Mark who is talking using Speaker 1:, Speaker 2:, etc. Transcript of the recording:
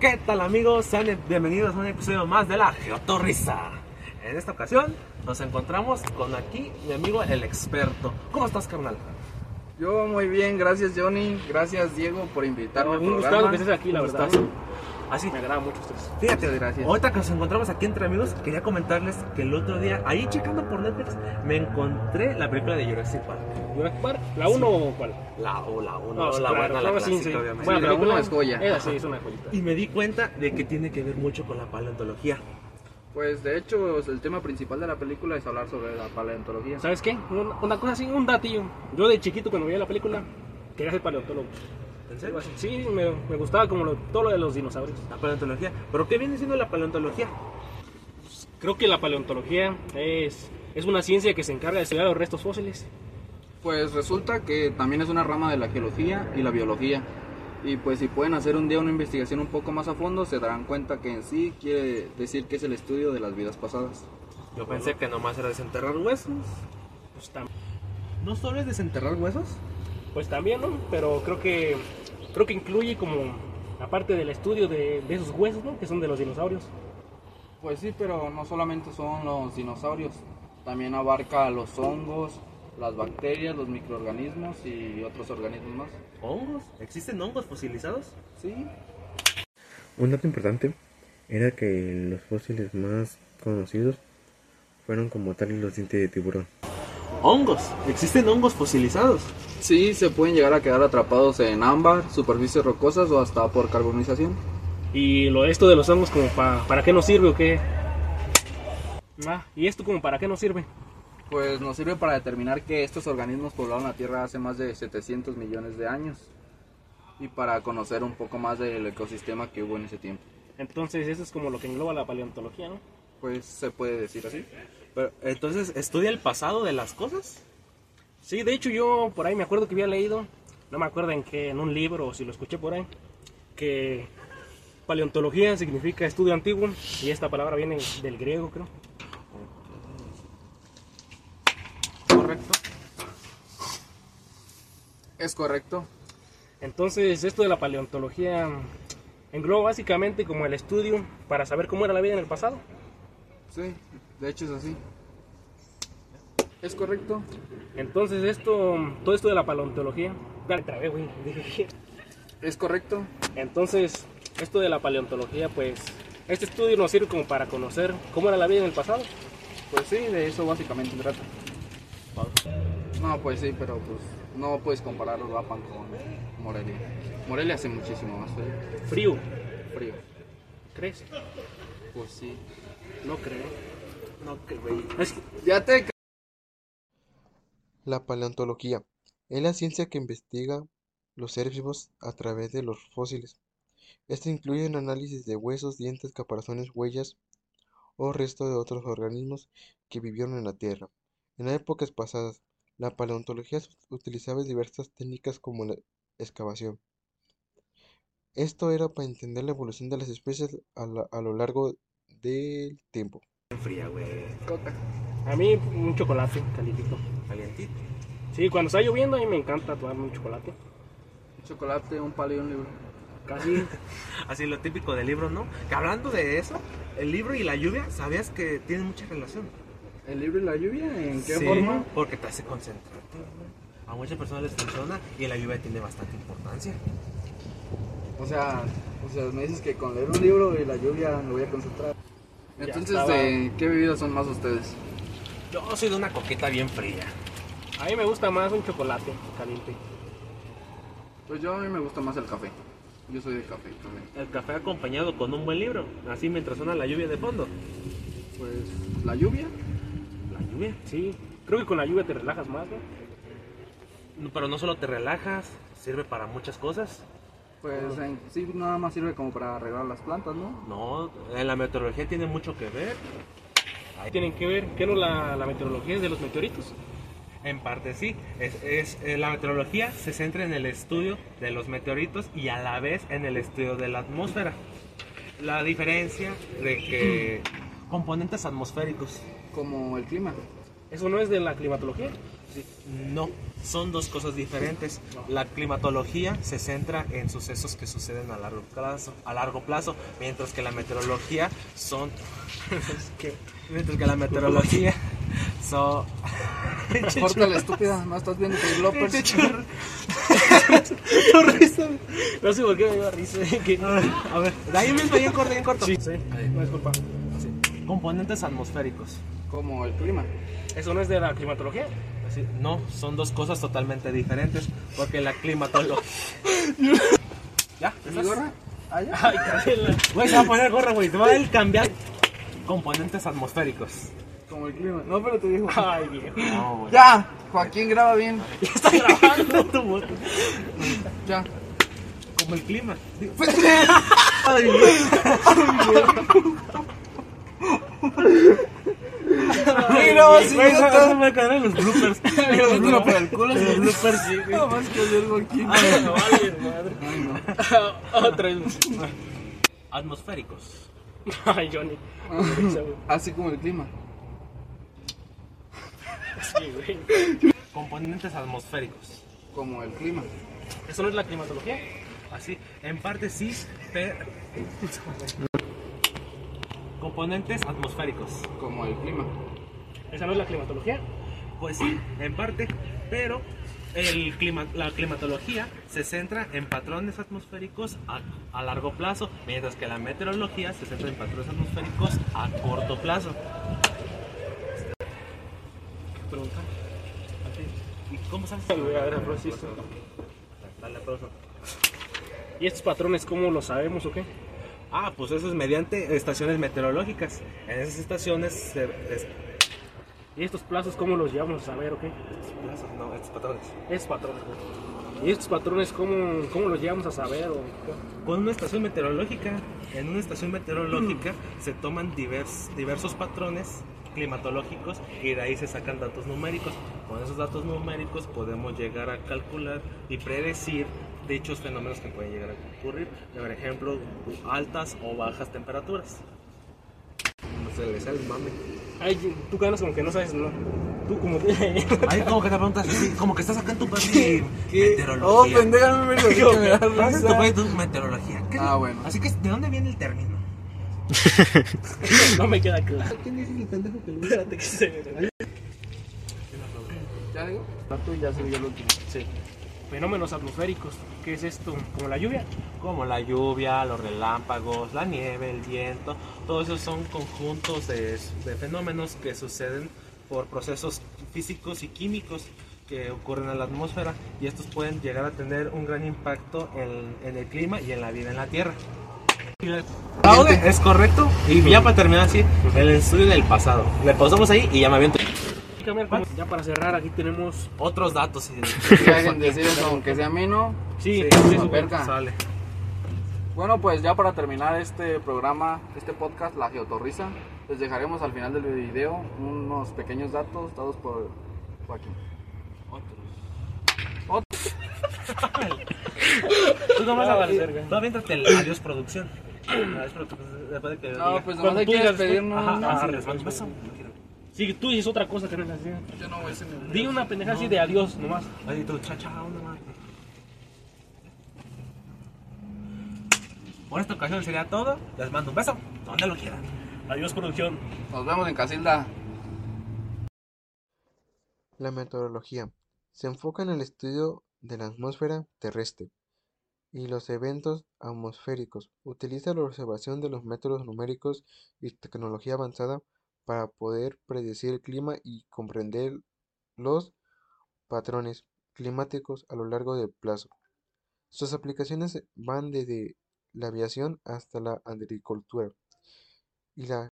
Speaker 1: ¿Qué tal amigos? Sean bienvenidos a un episodio más de La Geotorrisa. En esta ocasión nos encontramos con aquí mi amigo el experto. ¿Cómo estás, carnal?
Speaker 2: Yo muy bien, gracias Johnny, gracias Diego por invitarme. al
Speaker 3: Un gustazo
Speaker 2: programa.
Speaker 3: que estés aquí, la
Speaker 2: Un
Speaker 3: verdad.
Speaker 2: gustazo.
Speaker 1: Así,
Speaker 3: Me agrada mucho este ustedes.
Speaker 1: fíjate,
Speaker 2: Muchas gracias.
Speaker 1: ahorita que nos encontramos aquí entre amigos, quería comentarles que el otro día, ahí checando por Netflix, me encontré la película de Jurassic Park.
Speaker 3: Jurassic Park, ¿La 1 o cuál?
Speaker 1: La o la uno,
Speaker 3: sí,
Speaker 1: Oh, la
Speaker 3: claro,
Speaker 1: buena, la
Speaker 3: claro, sí,
Speaker 1: clásica,
Speaker 3: sí.
Speaker 1: obviamente.
Speaker 3: Buena
Speaker 2: Sí, la
Speaker 3: película.
Speaker 2: uno es joya.
Speaker 3: Esa sí, es una joyita.
Speaker 1: Y me di cuenta de que tiene que ver mucho con la paleontología.
Speaker 2: Pues de hecho el tema principal de la película es hablar sobre la paleontología.
Speaker 3: ¿Sabes qué? Una, una cosa así, un datillo. Yo de chiquito cuando veía la película, quería ser paleontólogo.
Speaker 1: ¿En serio?
Speaker 3: Algo así. Sí, me, me gustaba como lo- todo lo de los dinosaurios.
Speaker 1: La paleontología. ¿Pero qué viene siendo la paleontología?
Speaker 3: Creo que la paleontología es, es una ciencia que se encarga de estudiar los restos fósiles.
Speaker 2: Pues resulta que también es una rama de la geología y la biología. Y pues si pueden hacer un día una investigación un poco más a fondo, se darán cuenta que en sí quiere decir que es el estudio de las vidas pasadas.
Speaker 1: Yo pensé que nomás era desenterrar huesos.
Speaker 3: Pues, tam-
Speaker 1: ¿No solo es desenterrar huesos?
Speaker 3: pues también, ¿no? Pero creo que, creo que incluye como la parte del estudio de, de esos huesos, ¿no? Que son de los dinosaurios.
Speaker 2: Pues sí, pero no solamente son los dinosaurios, también abarca los hongos, las bacterias, los microorganismos y otros organismos más.
Speaker 1: ¿Hongos? ¿Existen hongos fosilizados?
Speaker 2: Sí,
Speaker 4: Un dato importante era que los fósiles más conocidos fueron como tal los dientes de tiburón.
Speaker 1: ¿Hongos? ¿Existen hongos fosilizados?
Speaker 2: Sí, se pueden llegar a quedar atrapados en ámbar, superficies rocosas o hasta por carbonización.
Speaker 3: Y lo esto de los hongos como pa- para qué nos sirve o qué. Ah, y esto como para qué nos sirve.
Speaker 2: Pues nos sirve para determinar que estos organismos poblaron la Tierra hace más de 700 millones de años y para conocer un poco más del ecosistema que hubo en ese tiempo.
Speaker 3: Entonces eso es como lo que engloba la paleontología, ¿no?
Speaker 2: Pues se puede decir así.
Speaker 1: Pero, eh, entonces, ¿estudia el pasado de las cosas?
Speaker 3: Sí, de hecho yo por ahí me acuerdo que había leído, no me acuerdo en qué, en un libro o si lo escuché por ahí, que paleontología significa estudio antiguo y esta palabra viene del griego, creo.
Speaker 2: ¿Correcto? Es correcto.
Speaker 3: Entonces esto de la paleontología engloba básicamente como el estudio para saber cómo era la vida en el pasado.
Speaker 2: Sí, de hecho es así. Es correcto.
Speaker 3: Entonces esto, todo esto de la paleontología, dale, trabé, güey, dije,
Speaker 2: Es correcto.
Speaker 3: Entonces, esto de la paleontología, pues, este estudio nos sirve como para conocer cómo era la vida en el pasado.
Speaker 2: Pues sí, de eso básicamente trata. No, pues sí, pero pues no puedes comparar Uruapan con Morelia. Morelia hace muchísimo más frío.
Speaker 3: Frío,
Speaker 2: frío.
Speaker 3: ¿crees?
Speaker 2: Pues sí.
Speaker 3: No creo.
Speaker 1: No, que güey.
Speaker 3: Es que-
Speaker 2: Ya te
Speaker 4: La paleontología es la ciencia que investiga los seres vivos a través de los fósiles. Esto incluye un análisis de huesos, dientes, caparazones, huellas o resto de otros organismos que vivieron en la Tierra. En las épocas pasadas, la paleontología se utilizaba diversas técnicas como la excavación. Esto era para entender la evolución de las especies a la- a lo largo del tiempo.
Speaker 1: Fría, güey.
Speaker 2: coca.
Speaker 3: a mí un chocolate calientito.
Speaker 1: Calientito.
Speaker 3: Sí, cuando está lloviendo a mí me encanta tomarme un chocolate.
Speaker 2: Un chocolate, un palo y un libro.
Speaker 3: Casi.
Speaker 1: Así lo típico del libro, ¿no? Que hablando de eso, el libro y la lluvia, ¿sabías que tienen mucha relación?
Speaker 2: ¿El libro y la lluvia? ¿En qué
Speaker 1: Sí,
Speaker 2: forma?
Speaker 1: Porque te hace concentrarte, güey. A muchas personas les funciona y la lluvia tiene bastante importancia.
Speaker 2: O sea, o sea, me dices que con leer un libro y la lluvia me voy a concentrar.
Speaker 3: Ya
Speaker 2: Entonces,
Speaker 3: estaba.
Speaker 2: ¿de qué bebidas son más ustedes?
Speaker 1: Yo soy de una coqueta bien fría.
Speaker 3: a mí me gusta más un chocolate caliente.
Speaker 2: Pues yo a mí me gusta más el café. Yo soy de café también.
Speaker 1: El café acompañado con un buen libro, así mientras suena la lluvia de fondo.
Speaker 2: Pues la lluvia.
Speaker 1: La lluvia.
Speaker 3: Sí, creo que con la lluvia te relajas más, ¿no?
Speaker 1: No, Pero no solo te relajas, sirve para muchas cosas.
Speaker 2: Pues en sí nada más sirve como para arreglar las plantas, ¿no?
Speaker 1: No, en la meteorología tiene mucho que ver.
Speaker 3: Ahí tienen que ver, ¿qué no la, la meteorología es de los meteoritos?
Speaker 1: En parte sí. Es, es- eh, la meteorología se centra en el estudio de los meteoritos y a la vez en el estudio de la atmósfera. La diferencia de que... Componentes atmosféricos.
Speaker 2: Como el clima.
Speaker 3: ¿Eso no es de la climatología?
Speaker 1: No, son dos cosas diferentes. La climatología se centra en sucesos que suceden a largo plazo, a largo plazo mientras que la meteorología son mientras que la meteorología son
Speaker 2: Córtale, estúpida, no estás viendo que López.
Speaker 3: No sé por qué me dio risa. que-
Speaker 1: a ver, de ahí mismo ahí en corto, ahí en corto.
Speaker 3: Sí, sí, no disculpa.
Speaker 1: Componentes atmosféricos.
Speaker 2: Como el clima.
Speaker 3: Eso no es de la climatología.
Speaker 1: Así- no, son dos cosas totalmente diferentes porque la climatología Ya,
Speaker 2: ¿Mi
Speaker 1: ¿estás?
Speaker 2: gorra? Allá.
Speaker 3: Ay, Carela.
Speaker 1: Güey, se va a poner gorra, güey. Te va a cambiar. Componentes atmosféricos.
Speaker 2: Como el clima. No, pero te dijo.
Speaker 3: Ay, viejo.
Speaker 1: No, güey.
Speaker 2: Ya, Joaquín graba bien.
Speaker 3: Está grabando tu moto.
Speaker 2: Ya.
Speaker 1: Como el clima. Digo,
Speaker 2: Pues, Sí, no, sí,
Speaker 1: güey,
Speaker 2: ya
Speaker 1: eso-
Speaker 2: está.
Speaker 1: eso me va a quedar en los bloopers.
Speaker 2: Pero uno para el culo.
Speaker 1: Los bloopers, sí, güey.
Speaker 2: No más que hacer Joaquín.
Speaker 3: Ay, Ah, no, vale, madre. Otra vez.
Speaker 1: Atmosféricos.
Speaker 3: Ay, Johnny. Esa, güey.
Speaker 2: Así como el clima.
Speaker 3: Sí, güey.
Speaker 1: Componentes atmosféricos.
Speaker 2: Como el clima.
Speaker 3: Eso no es la climatología.
Speaker 1: Así, en parte sí, pero. Componentes atmosféricos.
Speaker 2: Como el clima.
Speaker 3: Esa no es la climatología.
Speaker 1: Pues sí, en parte, pero el clima- la climatología se centra en patrones atmosféricos a, a largo plazo, mientras que la meteorología se centra en patrones atmosféricos a corto plazo.
Speaker 3: Pregunta.
Speaker 1: ¿Y cómo sabes?
Speaker 3: Sí, güey, a ver, Francisco.
Speaker 1: Dale aplauso.
Speaker 3: ¿Y estos patrones cómo lo sabemos o qué?
Speaker 1: Ah, pues eso es mediante estaciones meteorológicas. En esas estaciones se, es-
Speaker 3: ¿Y estos plazos cómo los llevamos a saber o qué?
Speaker 1: estos plazos, no, estos patrones.
Speaker 3: Es patrones. güey. ¿Y estos patrones cómo, cómo los llevamos a saber o qué?
Speaker 1: Con una estación meteorológica, en una estación meteorológica se toman divers- diversos patrones climatológicos y de ahí se sacan datos numéricos. Con esos datos numéricos podemos llegar a calcular y predecir dichos fenómenos que pueden llegar a ocurrir, por ejemplo, altas o bajas temperaturas. No se le sale el mame.
Speaker 3: Ay, tú ganas como que no sabes, ¿no? Tú como
Speaker 1: Ay, como que te preguntas, sí, como que estás acá en tu parte de
Speaker 2: Oh,
Speaker 1: meteorología.
Speaker 2: pendeja, no me lo dije, me da
Speaker 1: Estás en pues, tu
Speaker 2: risa.
Speaker 1: parte de meteorología. ¿Qué-
Speaker 2: Ah, bueno.
Speaker 1: Así que, ¿de dónde viene el término?
Speaker 3: no me queda claro.
Speaker 2: ¿Quién dice el pendejo que lo
Speaker 3: Espérate que se me-
Speaker 2: ¿Ya digo? Tanto ya se vio el último.
Speaker 3: Sí. Fenómenos atmosféricos. ¿Qué es esto? ¿Como la lluvia?
Speaker 1: como la lluvia, los relámpagos, la nieve, el viento, todos esos son conjuntos de, de fenómenos que suceden por procesos físicos y químicos que ocurren en la atmósfera y estos pueden llegar a tener un gran impacto en, en el clima y en la vida en la Tierra. Ahora es correcto y ya para terminar así, el estudio del pasado. Le pasamos ahí y ya me aviento.
Speaker 3: Y cambiar como- Ya para cerrar, aquí tenemos.
Speaker 1: Otros datos. y-
Speaker 2: Si alguien decir eso, aunque sea a mí, no.
Speaker 3: Sí,
Speaker 1: Sí,
Speaker 3: es eso,
Speaker 2: no,
Speaker 3: güey.
Speaker 2: verga.
Speaker 1: Sale.
Speaker 2: Bueno, pues ya para terminar este programa, este podcast, La Geotorrisa, les dejaremos al final del video unos pequeños datos dados por Joaquín.
Speaker 1: Tú nomás
Speaker 3: Ah,
Speaker 1: avanza.
Speaker 3: verga.
Speaker 1: Tú aviéntate el adiós producción. Adiós producción. Después de que yo
Speaker 2: No,
Speaker 1: diga.
Speaker 2: pues
Speaker 3: Cuando
Speaker 2: nomás hay
Speaker 3: tú
Speaker 2: que
Speaker 3: digas,
Speaker 2: despedirnos.
Speaker 1: Ajá,
Speaker 3: Ah,
Speaker 1: ah,
Speaker 3: sí,
Speaker 1: les mando un
Speaker 3: pues,
Speaker 1: beso.
Speaker 3: Sí, tú dices otra cosa que no es así.
Speaker 2: Yo no voy a hacer mi-
Speaker 3: Di una pendeja así de adiós nomás.
Speaker 1: Ahí tú, cha, cha, una más. Por esta ocasión sería todo. Les mando un beso. Donde lo quieran.
Speaker 3: Adiós, producción.
Speaker 2: Nos vemos en Casilda.
Speaker 4: La meteorología se enfoca en el estudio de la atmósfera terrestre y los eventos atmosféricos. Utiliza la observación de los métodos numéricos y tecnología avanzada para poder predecir el clima y comprender los patrones climáticos a lo largo del plazo. Sus aplicaciones van desde la aviación hasta la agricultura y la